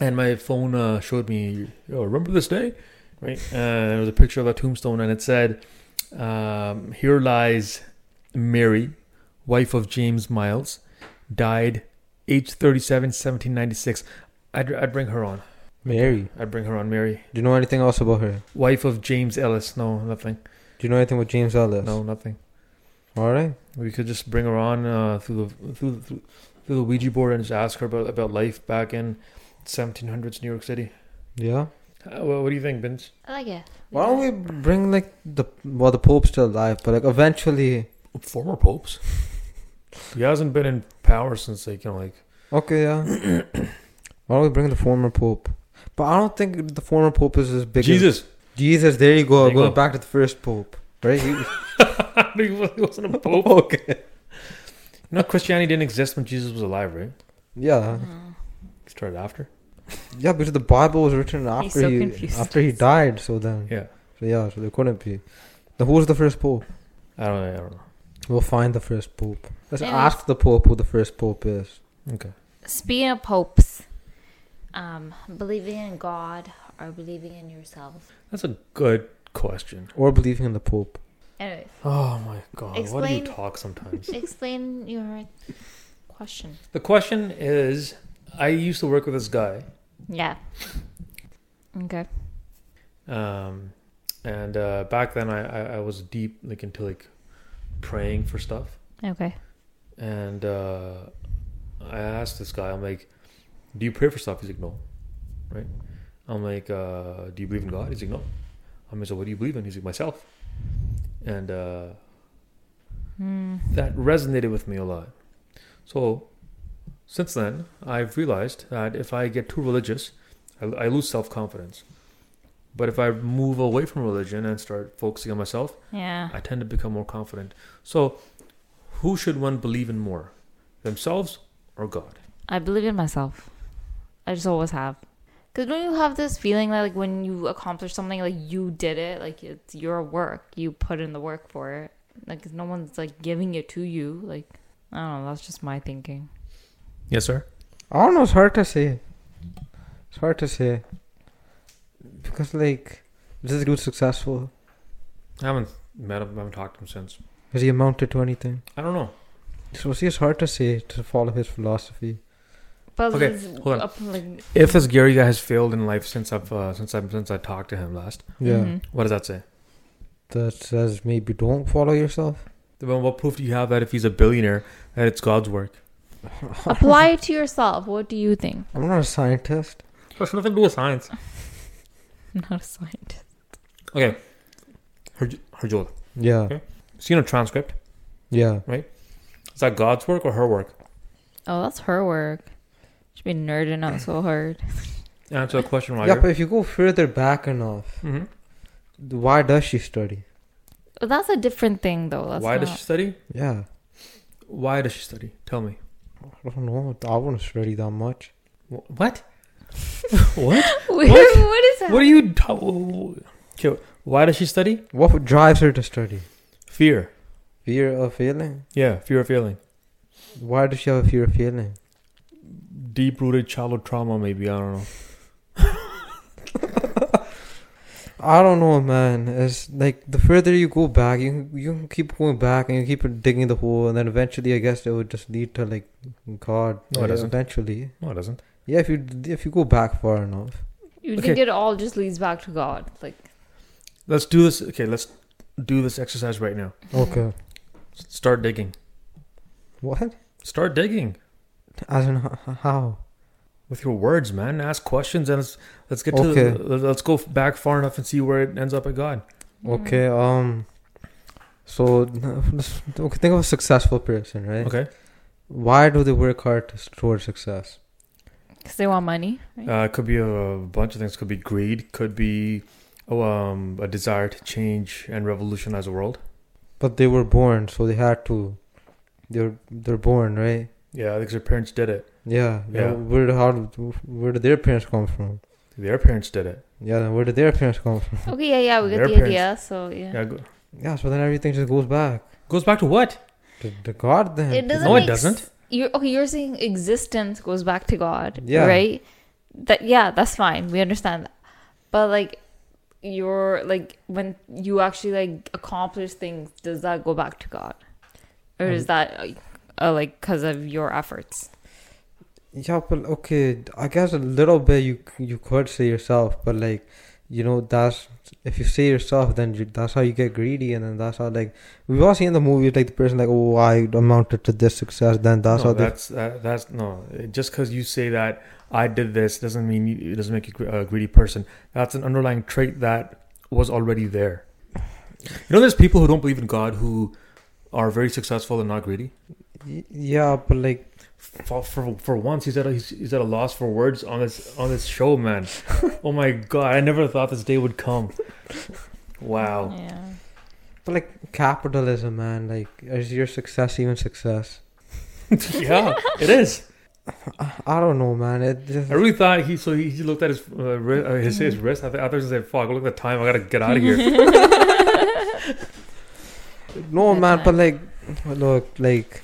and my phone uh, showed me. Yo, remember this day, right? Uh, there was a picture of a tombstone, and it said, um, "Here lies Mary, wife of James Miles, died age 37, 1796." I'd, I'd bring her on.
Mary.
I'd bring her on, Mary,
Do you know anything else about her?
wife of James Ellis. No, nothing.
Do you know anything about James Ellis?
No, nothing.
All right.
We could just bring her on uh, through the through, the- through through the Ouija board and just ask her about about life back in 1700s New York City.
Yeah.
Uh, well, what do you think, Vince?
I like it.
Why don't we bring like the well the Pope's still alive, but like eventually.
Former popes. he hasn't been in power since like you know like
Okay. Yeah. Why don't we bring the former Pope? But I don't think the former Pope is as big. As,
Jesus.
Jesus. There you go.
There you
going
go.
back to the first Pope. Right. He-
he wasn't a pope.
okay.
No, Christianity didn't exist when Jesus was alive, right?
Yeah.
Mm.
It started after.
Yeah, because the Bible was written after
so
he
confused.
after he died. So then,
Yeah.
so yeah, so there couldn't be. Then who was the first pope?
I don't. I don't know.
We'll find the first pope. Let's
Yeah.
ask the pope who the first pope is.
Speaking of popes, um, believing in God or believing in yourself.
That's a good question.
Or believing in the pope.
Anyway,
Oh my God! Why do you
Explain-
talk sometimes?
explain your question.
the question is, I used to work with this guy.
Yeah. Okay.
um and uh back then I, I i was deep like into like praying for stuff
Okay.
and uh i asked this guy i'm like do you pray for stuff he's like no right i'm like uh do you believe in god he's like no i'm like so what do you believe in he's like myself and uh
Hmm.
that resonated with me a lot so since then i've realized that if i get too religious i, I lose self-confidence but if i move away from religion and start focusing on myself
Yeah.
I tend to become more confident. So, who should one believe in more, themselves or God?
I believe in myself. I just always have. Cause don't you have this feeling that like when you accomplish something, like you did it, like it's your work, you put in the work for it. Like no one's like giving it to you. Like I don't know. That's just my thinking.
Yes, sir.
I don't know. It's hard to say. It's hard to say because like is this dude successful?
I haven't met him. I haven't talked to him since.
Has he amounted to anything?
I don't know.
So see, it's hard to say to follow his philosophy.
But
Okay,
it's-
hold on.
up, like,
If this Gary guy has failed in life since I've uh, since I since I talked to him last,
Yeah,
Mm-hmm.
Mhm.
what does that say?
that says maybe don't follow yourself.
Then what proof do you have that if he's a billionaire, that it's God's work?
apply it to yourself. What do you think?
I'm not a scientist.
That's nothing to do with science.
I'm not a scientist.
Okay, Harj- Harjola.
Yeah,
Okay. So you know transcript.
yeah.
Is that God's work or her work?
Oh, that's her work. She's been nerding out so hard.
Answer the question,
Yeah,
Roger.
but if you go further back enough,
Mhm.
why does she study?
But that's a different thing, though. That's
Why
not...
does she study?
Yeah,
Why does she study? Tell me.
I don't know. I wouldn't study that much.
Wh- What? what?
Wait,
What?
what is that?
What are you? ta- Okay, why does she study?
What drives her to study?
Fear.
Fear of failing.
Yeah, fear of failing.
Why does she have a fear of failing?
Deep rooted childhood trauma, maybe. I don't know.
I don't know, man. It's like the further you go back, you you can keep going back and you keep digging the hole, and then eventually, I guess it would just lead to like God.
No, it
like,
doesn't.
Eventually,
No, it doesn't.
yeah. If you if you go back far enough,
You
Okay.
think it all just leads back to God? Like,
Let's do this. Okay, let's do this exercise right now.
okay.
S- Start digging.
What?
Start digging
As in h- how?
with your words, man. Ask questions and let's let's get to.
Okay.
The, let's go back far enough and see where it ends up at God.
Mm-hmm.
Mm.
Okay. Um. So okay, think of a successful person, right?
Okay.
Why do they work hard to- towards success?
because they want money. Right?
Uh, it could be a bunch of things. Could be greed. Could be oh, um, a desire to change and revolutionize the world.
But they were born, so they had to. They're they're born, right?
Yeah, because your parents did it.
Yeah.
Yeah.
Where how where did their parents come from?
Their parents did it.
Yeah, then where did their parents come from?
Okay, yeah, yeah, we
Their
got the
parents-
idea. So yeah.
Yeah, go,
Yeah, so then everything just goes back
goes back to what?
to, to God then.
It doesn't
No, it
make s-
doesn't.
You're okay. You're saying existence goes back to God,
Yeah.
right? That yeah, that's fine. We understand that, but like, you're like when you actually like accomplish things, does that go back to God, or
Um,
is that like, uh, like because of your efforts?
Yeah, but okay, I guess a little bit you you could say yourself, but like you know that's if you say yourself, then you, that's how you get greedy, and then that's how like we've all seen the movies like the person like oh I amounted to this success, then that's
no,
how they
that's that, that's no. Just because you say that I did this doesn't mean you, it doesn't make you gre- a greedy person. That's an underlying trait that was already there. You know, there's people who don't believe in God who are very successful and not greedy.
Y- yeah, but like
For for, for once, he's at a, he's, he's at a loss for words on this on this show, man. oh my God, I never thought this day would come. Wow.
Yeah.
but like capitalism, man. Like is your success even success?
yeah, it is.
I, I don't know, man. It just,
I really thought he so he, he looked at his uh, wrist, uh, his, his wrist. I, th- I thought he said, "Fuck, look at the time. I gotta get out of here."
no,
Good
man. But
time.
like look, like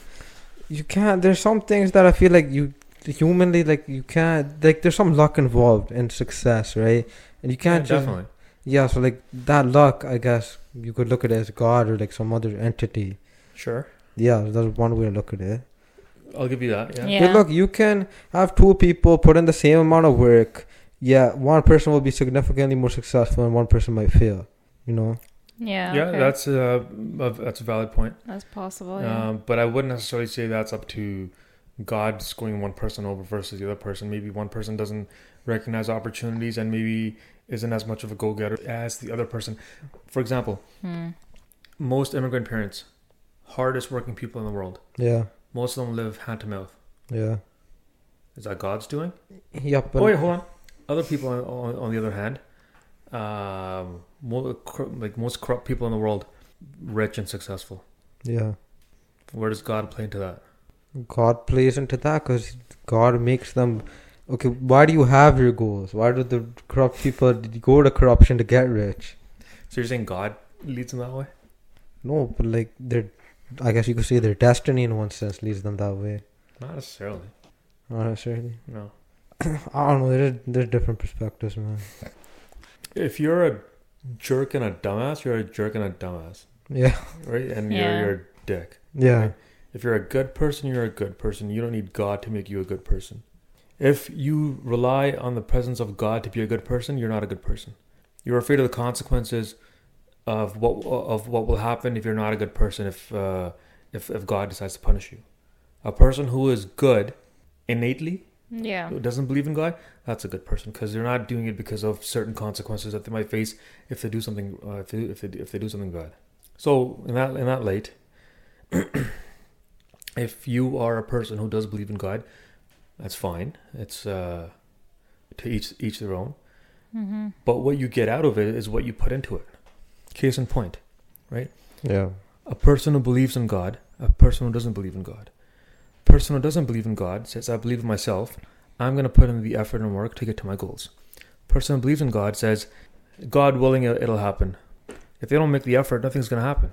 you can't. There's some things that I feel like you humanly like you can't like there's some luck involved in success right and you can't just
definitely.
Yeah, so like that luck, I guess you could look at it as God or like some other entity.
Sure,
Yeah, that's one way to look at it.
I'll give you that. Yeah.
Yeah.
But look, you can have two people put in the same amount of work. Yeah, one person will be significantly more successful and one person might fail. You know?
Yeah.
Yeah,
okay.
that's uh, a, that's a valid point.
that's
Oh,
possible. Yeah.
um, but I wouldn't necessarily say that's up to God screwing one person over versus the other person. Maybe one person doesn't recognize opportunities and maybe isn't as much of a go getter as the other person. For example,
Hmm.
most immigrant parents, hardest working people in the world,
Yeah,
most of them live hand to mouth.
yeah.
Is that God's doing?
Yeah, but
oh wait, hold on. Other people, on, on, on the other hand, um, mo cor- like most corrupt people in the world, rich and successful.
yeah.
Where does God play into that?
God plays into that because God makes them. Okay, why do you have your goals? Why do the corrupt people go to corruption to get rich?
So you're saying God leads them that way?
No, but like their, I guess you could say their destiny in one sense leads them that way.
Not necessarily.
Not necessarily.
No.
I don't know. There's there's different perspectives, man.
If you're a jerk and a dumbass, you're a jerk and a dumbass,
Yeah,
right? And
Yeah.
you're you're a dick.
yeah,
If you're a good person, you're a good person. You don't need God to make you a good person. If you rely on the presence of God to be a good person, you're not a good person. You're afraid of the consequences of what of what will happen if you're not a good person. If uh, if if God decides to punish you, a person who is good innately
Yeah.
who doesn't believe in God, that's a good person because they're not doing it because of certain consequences that they might face if they do something uh, if they, if they if they do something bad. So in that in that light, if you are a person who does believe in God, that's fine. It's uh, to each each their own.
Mm-hmm.
But what you get out of it is what you put into it. Case in point,
yeah,
a person who believes in God, a person who doesn't believe in God. Person who doesn't believe in God says, I believe in myself. I'm going to put in the effort and work to get to my goals. Person who believes in God says, God willing, it- it'll happen. If they don't make the effort, nothing's going to happen.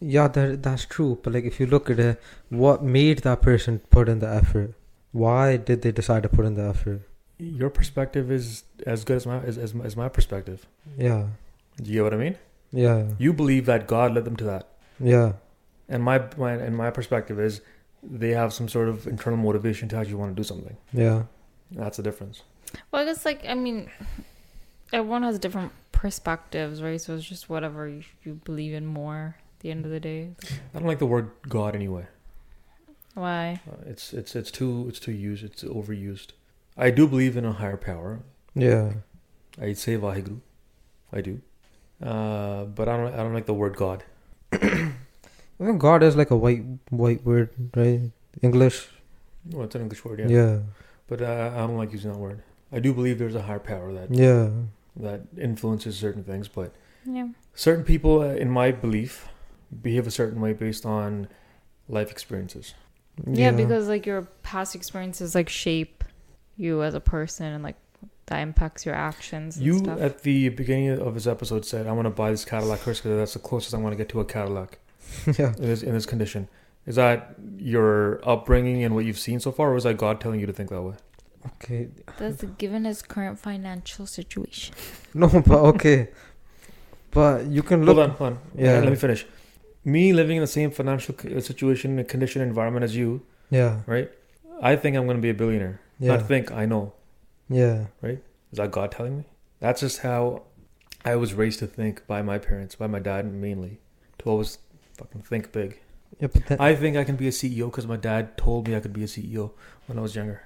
yeah. That that's true. But like, if you look at it, what made that person put in the effort? Why did they decide to put in the effort?
Your perspective is as good as my, as, as, my- as my perspective.
Yeah,
Do you get what I mean?
yeah,
You believe that God led them to that.
yeah,
And my, my, and my perspective is they have some sort of internal motivation to actually want to do something.
yeah.
That's the difference.
Well, I guess like I mean, everyone has different perspectives, right? So it's just whatever you, you believe in more. At the end of the day,
I don't like the word God anyway.
why?
Uh, it's it's it's too it's too used. It's overused. I do believe in a higher power.
Yeah,
I say Vaheguru. I do, uh, but I don't I don't like the word God.
I think God is like a white white word, right? English.
Well, it's an English word, yeah.
Yeah,
But uh, I don't like using that word. I do believe there's a higher power that
yeah,
that influences certain things, but
Yeah.
certain people, uh, in my belief, behave a certain way based on life experiences.
yeah, because like your past experiences like shape you as a person and like that impacts your actions and
You
stuff.
at the beginning of this episode said, "I want to buy this Cadillac Hearse because that's the closest I want to get to a Cadillac
yeah.
in this, in this condition." Is that your upbringing and what you've seen so far, or was that God telling you to think that way?
Okay.
That's given his current financial situation.
No, but okay. but you can look.
hold on, hold on.
Yeah.
let me finish. Me living in the same financial c- uh, situation, and condition, environment as you,
Yeah.
right? I think I'm going to be a billionaire.
Yeah.
Not think, I know.
Yeah.
Is that God telling me? That's just how I was raised to think by my parents, by my dad mainly, to always fucking think big.
Yeah, but then,
I think I can be a CEO because my dad told me I could be a CEO when I was younger.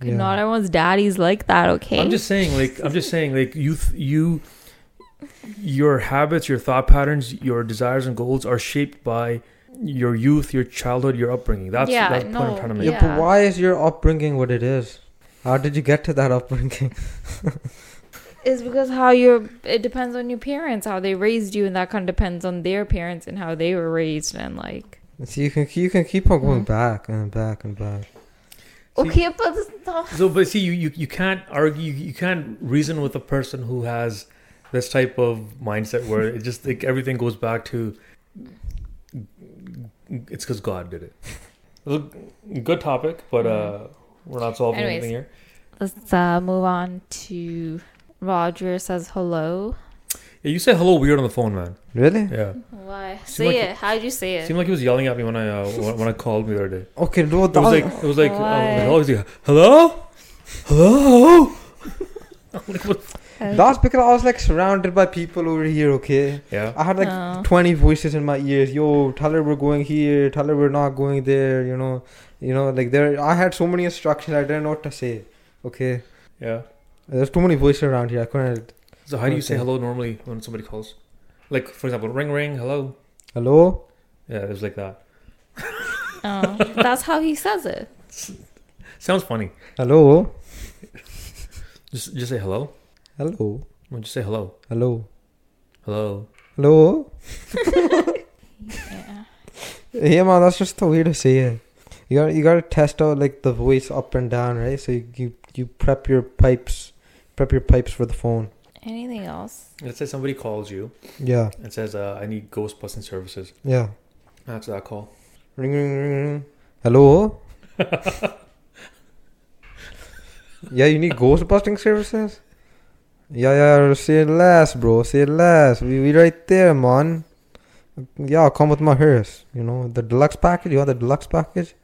Okay,
Yeah.
Not everyone's daddy's like that, okay?
I'm just saying, like, I'm just saying, like, you, th- you, your habits, your thought patterns, your desires and goals are shaped by your youth, your childhood, your upbringing. That's
Yeah,
that's the point I'm
no,
trying to
yeah,
make.
yeah.
but why is your upbringing what it is? How did you get to that upbringing?
It's because how you're. It depends on your parents, how they raised you, and that kind of depends on their parents and how they were raised, and like.
See, you can you can keep on going
Mhm.
Mm-hmm.
back and back and back.
Okay, but it's not.
So, but see, you, you, you can't argue, you, you can't reason with a person who has this type of mindset where it just like everything goes back to it's because God did it. Look, good topic, but uh, we're not solving
Anyways.
anything here.
Let's uh, move on to Roger says hello.
Yeah, you said hello weird on the phone, man.
Really?
Yeah,
Why?
Seem
Say
like
it. How'd you say it?
seemed like he was yelling at me when I uh, when, when I called me the other day.
Okay, no,
It
that
was
was
like it was like, uh,
Why?
I was like hello, hello. I'm like, what?
that's because I was like surrounded by people over here. Okay,
Yeah,
I had like
No.
twenty voices in my ears. Yo, tell her we're going here. Tell her we're not going there. You know, you know, like there. I had so many instructions. I didn't know what to say. Okay,
yeah.
there's too many voices around here. I couldn't.
So how do you say
Okay.
hello normally when somebody calls? Like for example, ring ring, hello.
Hello.
Yeah, it was like that.
Oh, that's how he says it.
Sounds funny.
Hello.
Just just say hello.
Hello.
Well, just say hello.
Hello.
Hello.
Hello.
Yeah.
Yeah, man, that's just the way to say it. You got you got to test out like the voice up and down, right? So you, you you prep your pipes, prep your pipes for the phone.
Anything else?
Let's say somebody calls you
Yeah,
and says, uh, "I need ghost busting services."
yeah.
Answer that call.
Ring ring ring ring. Hello. yeah, you need ghost busting services. Yeah, yeah. Say less, bro. Say less. We we right there, man. Yeah, I'll come with my hearse. You know the deluxe package. You want the deluxe package?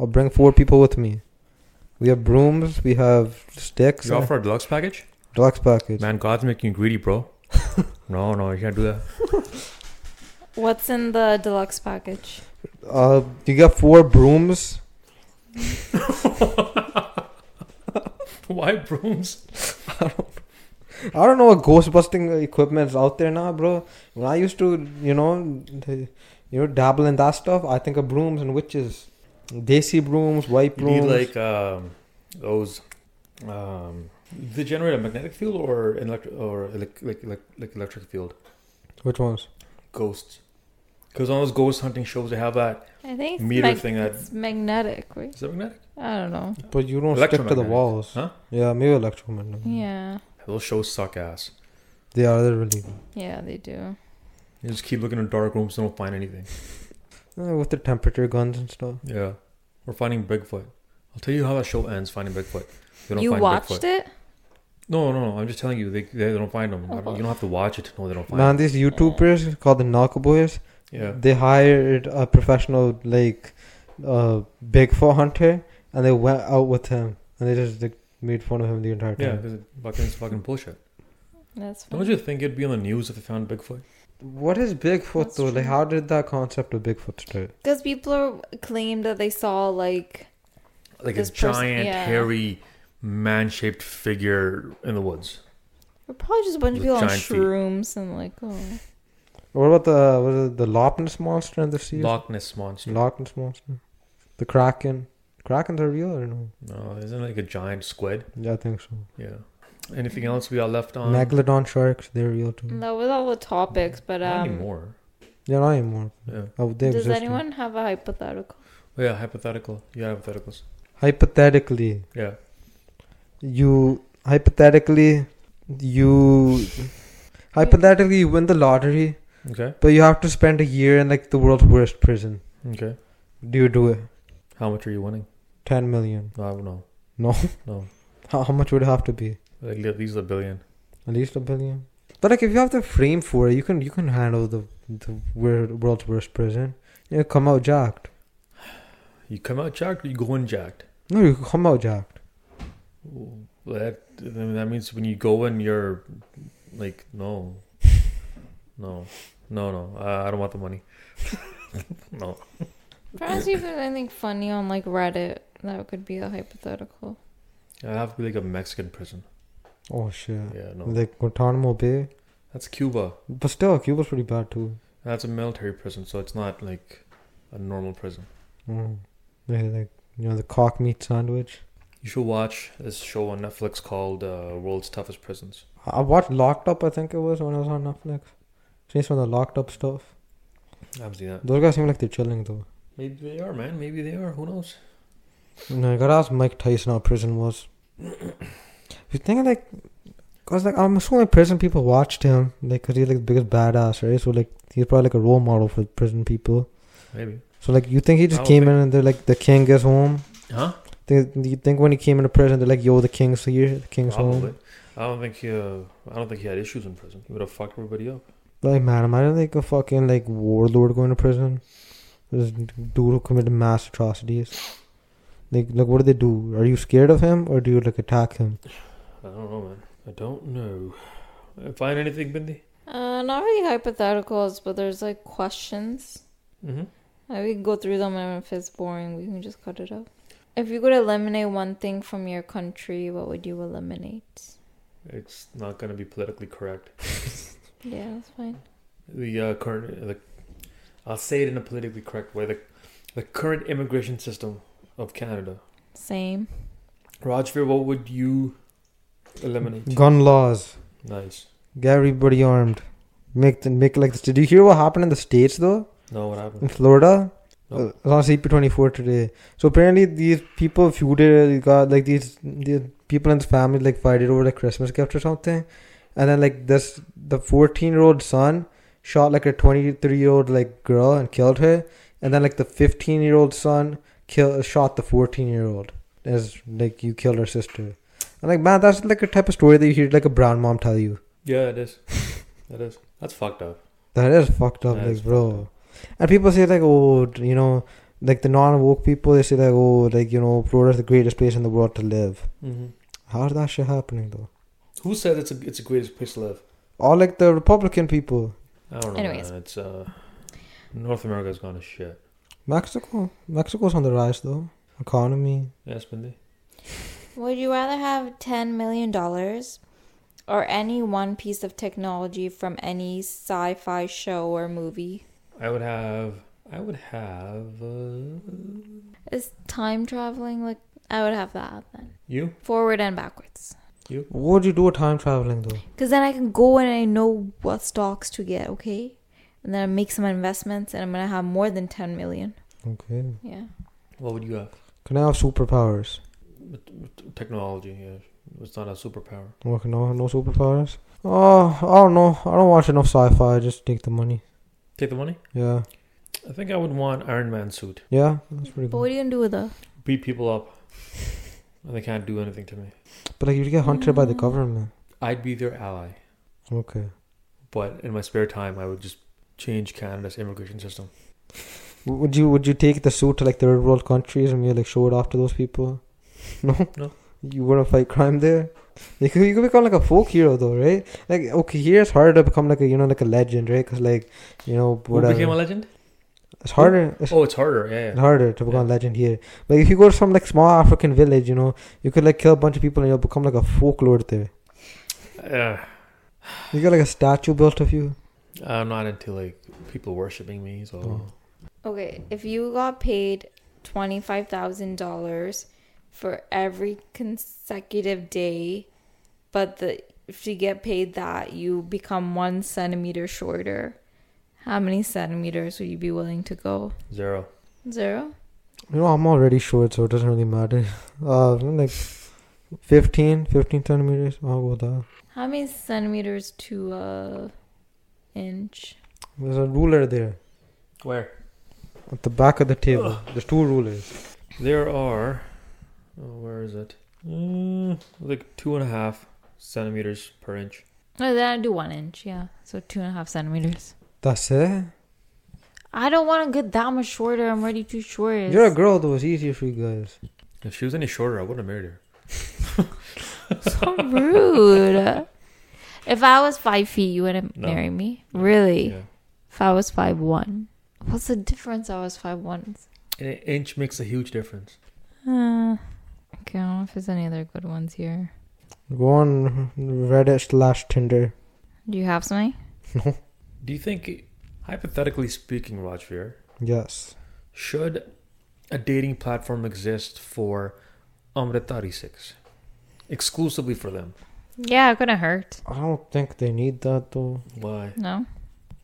I'll bring four people with me. We have brooms. We have sticks.
You offer a deluxe package?
Deluxe package.
Man, God's making you greedy, bro. no, no, you can't do that.
What's in the deluxe package?
Uh, you got four brooms.
Why brooms?
I don't know what ghost busting equipment is out there now, bro. When I used to, you know, th- you know, dabble in that stuff, I think of brooms and witches, desi brooms, white
You
brooms.
need like um, those. Um, they generate a magnetic field or an electric or elec- like like like electric field.
which ones?
Ghosts. Because on those ghost hunting shows, they have that
I think it's,
meter
mag-
thing that
it's magnetic, right?
is that magnetic.
I don't know.
But you don't stick to the
Electromagnetic.
walls.
Huh?
Yeah, maybe
Mm-hmm.
electromagnetic.
Yeah.
Those shows suck ass.
They are they're really
Yeah, they do.
You just keep looking in dark rooms and don't find anything.
uh, with the temperature guns and stuff.
Yeah. We're finding Bigfoot. I'll tell you how that show ends, Finding Bigfoot. They
You watched it?
No, no, no. I'm just telling you, they, they don't find them.
Oh.
You don't have to watch it to know they don't find
Man,
them.
these YouTubers called the Knocker Boys.
Yeah.
They hired a professional like uh Bigfoot hunter and they went out with him and they just like made fun of him the entire
Yeah,
time.
because it fucking, it's fucking bullshit.
That's fine.
Don't you think it'd be on the news if they found Bigfoot?
What is Bigfoot
That's
though? Like
true.
how did that concept of Bigfoot start?
Because people are claim that they saw, like.
Like
This
a
person-
giant,
yeah.
hairy, man shaped figure in the woods.
We're probably just a bunch of
With
people on
giant feet. Mm-hmm.
shrooms and, like, oh.
What about the what is it, the Loch Ness monster in the sea?
Loch Ness Monster.
Loch Ness monster. The Kraken. Krakens are real or no?
No, isn't it like a giant squid?
Yeah, I think so.
Yeah. Anything else we got left on?
Megalodon sharks, they're real too.
That was all the topics, but,
Not
um.
anymore.
They're not anymore.
Yeah.
Oh, they
Does
exist. now.
anyone have a hypothetical?
Oh, yeah, hypothetical. Yeah, hypotheticals.
Hypothetically,
Yeah.
you hypothetically you hypothetically you win the lottery,
Okay.
but you have to spend a year in like the world's worst prison.
Okay.
Do you do it?
How much are you winning?
Ten million.
I don't know.
No.
No.
How, how much would it have to be?
Like at least a billion.
At least a billion. But like, if you have the frame for it, you can you can handle the the weird, world's worst prison. You come out jacked.
You come out jacked. Or you go in jacked.
No, you come out jacked.
Ooh, That I mean, that means when you go in, you're like no, no, no, no. Uh, I don't want the money. no.
Trying to see if there's anything funny on like Reddit that could be a hypothetical.
I have to be like a Mexican prison.
Oh shit.
Yeah, no.
Like Guantanamo Bay,
That's Cuba.
but still, Cuba's pretty bad too.
That's a military prison, so it's not like a normal prison.
Mm. Yeah, like you know the cock meat sandwich.
You should watch this show on Netflix called uh, World's Toughest Prisons.
I watched Locked Up. I think it was when I was on Netflix. Seen some of the Locked Up stuff.
I haven't seen that.
Those guys seem like they're chilling though.
Maybe they are, man. Maybe they are. Who knows?
You know, you gotta ask Mike Tyson how prison was. you think like, cause like I'm assuming prison people watched him, like, cause he's like the biggest badass, right? So like he's probably like a role model for prison people.
Maybe.
So like you think he just
I don't
came
think-
in and they're like the king is home.
Huh?
They, you think when he came into prison they're like, yo, the king's here, the king's
Probably.
home.
I don't think he. Uh, I don't think he had issues in prison. He would have fucked everybody up.
Like man, imagine like a fucking like warlord going to prison. This dude who committed mass atrocities. Like, like what do they do? Are you scared of him or do you like attack him?
I don't know, man. I don't know. Uh, Find anything, Bindi?
Uh, not really hypotheticals, but there's like questions.
Mm-hmm.
Uh, we can go through them, and if it's boring, we can just cut it up. If you could eliminate one thing from your country, what would you eliminate?
It's not going to be politically correct.
Yeah, that's fine.
The uh, current. The, I'll say it in a politically correct way. The, the current immigration system of Canada.
Same.
Rajveer, what would you eliminate?
Gun laws.
Nice.
Get everybody armed. Make the, make like this. Did you hear what happened in the states though?
No, what
In
happened?
Florida,
No.
Uh, it's on CP twenty four today. So apparently these people feuded. uh, they Got like these these people in this family like fighted over like Christmas gift or something, and then like this the fourteen year old son shot like a twenty three year old like girl and killed her, and then like the fifteen year old son kill uh, shot the fourteen year old as like you killed her sister. And like man, that's like a type of story that you hear like a brown mom tell you.
Yeah, it is. It is. That's fucked up.
That is fucked up,
That is
like
fucked
bro. And people say like, oh, d- you know, like the non woke people, they say like, oh, like you know, Florida's the greatest place in the world to live.
Mm-hmm.
How's that shit happening though?
Who said it's a it's the greatest place to live?
Or like the Republican people,
I don't know.
Anyways.
man. it's uh, North America's gone to shit.
Mexico. Mexico's on the rise though. Economy.
Yes, Bindi.
Would you rather have ten million dollars or any one piece of technology from any sci-fi show or movie?
I would have. I would have uh,
Is time traveling like I would have that then.
you.
Forward and backwards.
What would you do with time traveling though?
Cause then I can go and I know what stocks to get, okay? And then I make some investments and I'm gonna have more than ten million.
Okay.
Yeah.
What would you have?
Can I have superpowers?
Technology. Yeah, it's not a superpower.
What can I have? No superpowers? Oh, I don't know. I don't watch enough sci-fi. I just take the money.
Take the money.
Yeah.
I think I would want Iron Man suit.
Yeah. That's pretty
But what
good.
are you gonna do with her?
Beat people up, and they can't do anything to me.
But like you get hunted by the government.
I'd be their ally.
Okay.
But in my spare time, I would just change Canada's immigration system.
W- Would you would you take the suit to like third world countries and you like show it off to those people? No,
No.
You wouldn't fight crime there. You could you could become like a folk hero though, right? Like okay, here it's harder to become like a you know like a legend, right? Because like you know
Who
whatever,
became a legend?
it's harder. It's
Oh, it's harder. Yeah,
it's
yeah.
harder to become a legend here. Like if you go to some like small African village, you know, you could like kill a bunch of people and you'll become like a folklore there.
Uh,
You got like a statue built of you.
I'm not into like people worshiping me, so
Oh.
Okay, if you got paid twenty-five thousand dollars for every consecutive day, but the if you get paid that, you become one centimeter shorter. How many centimeters would you be willing to go?
zero.
Zero.
You know, I'm already short, so it doesn't really matter. Uh, I'm like 15, 15 centimeters. I'll go with that.
How many centimeters to
uh,
a inch?
There's a ruler there
Where?
at the back of the table. There's two rulers.
There are. Oh, where is it? Mm, like two and a half centimeters per inch.
No, Oh, then I do one inch. Yeah, so two and a half centimeters.
That's it.
I don't want to get that much shorter. I'm already too short.
You're a girl, though. It's easier for you guys.
If she was any shorter, I wouldn't have married her.
so rude. If I was five feet, you wouldn't
No.
marry me. Really?
Yeah.
If I was five one, what's the difference? I was five one.
An inch makes a huge difference.
Uh, okay, I don't know if there's any other good ones here.
Go on Reddit slash Tinder.
Do you have something?
Do you think, hypothetically speaking, Rajveer,
Yes.
should a dating platform exist for Amrita 36? Exclusively for them.
Yeah, it couldn't hurt.
I don't think they need that though,
Why?
No.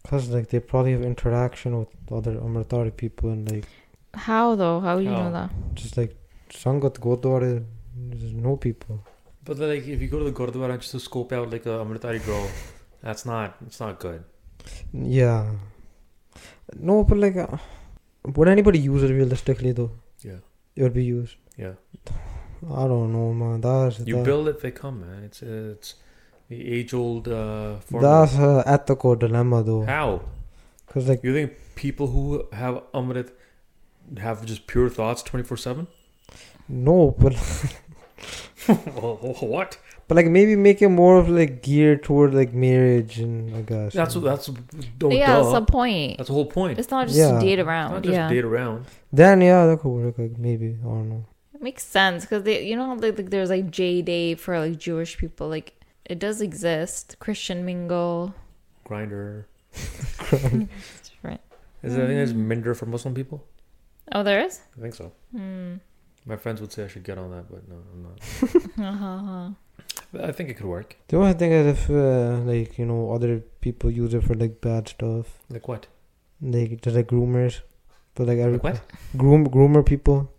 cause like they probably have interaction with other Amritari people and like
How though? How do you
How?
know that?
just like sangat godware. There's no people.
But like, if you go to the Gurdwara just to scope out like a Amritari girl, that's not, it's not good.
Yeah. No, but like, uh, would anybody use it realistically though?
Yeah.
It would be used.
Yeah.
I don't know, man. That's
You
that-
build it, they come, man. It's it's the age old uh, formula.
That's an ethical dilemma though,
How?
cause like
You think people who have Amrit have just pure thoughts 24 7?
no, but
What?
but like maybe make it more of like geared toward like marriage and I guess
That's
and-
that's don't
yeah,
duh.
that's the point.
That's the whole point. It's
It's not just
Yeah.
date
not
around.
just
Yeah,
date around.
Then yeah, that could work. Like maybe I don't know.
it makes sense because they, you know, like, like there's like J Day for like Jewish people. Like it does exist. Christian mingle.
Grinder.
It's different.
Is there, I think there's Minder for Muslim people.
Oh, there is.
I think so.
Hmm.
My friends would say I should get on that, but no, I'm not.
Uh-huh.
But I think it could work.
The only thing is if uh, like you know other people use it for like bad stuff,
Like what?
like just like groomers, but like every
Like what?
groom groomer people.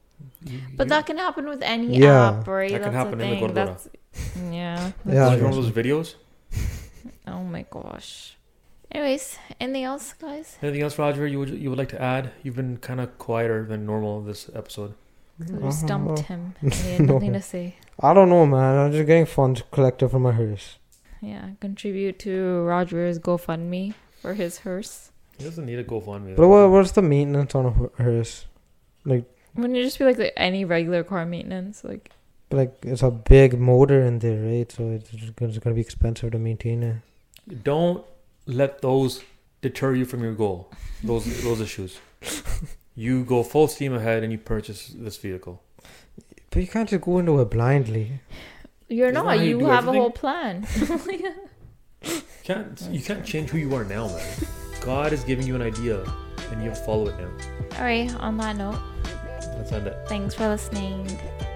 You-
But
you-
that can happen with any
Yeah.
app, right?
That
That's
can
the
happen in the
thing.
Gurdwara.
That's yeah.
Yeah,
like
yeah.
one of those videos.
Oh my gosh. Anyways, anything else, guys?
Anything else, Roger? You would you would like to add? You've been kind of quieter than normal this episode.
'Cause We stumped him.
Uh-huh. No.
and He had nothing to say.
I don't know, man. I'm just getting funds collected from my hearse.
Yeah, contribute to Roger's GoFundMe for his hearse.
He doesn't need a GoFundMe.
But what, what's the maintenance on a hor- hearse?
Wouldn't it just be like, like any regular car maintenance? Like,
But, like it's a big motor in there, right? So it's just gonna, it's gonna be expensive to maintain it.
Don't let those deter you from your goal. Those those issues. You go full steam ahead and you purchase this vehicle.
But you can't just go into it blindly.
you're
Isn't that
not.
how you
You,
do
have
everything?
a whole plan.
You can't you can't change who you are now, man. God is giving you an idea, and you follow it now.
All right, on that note,
That's not it.
thanks for listening.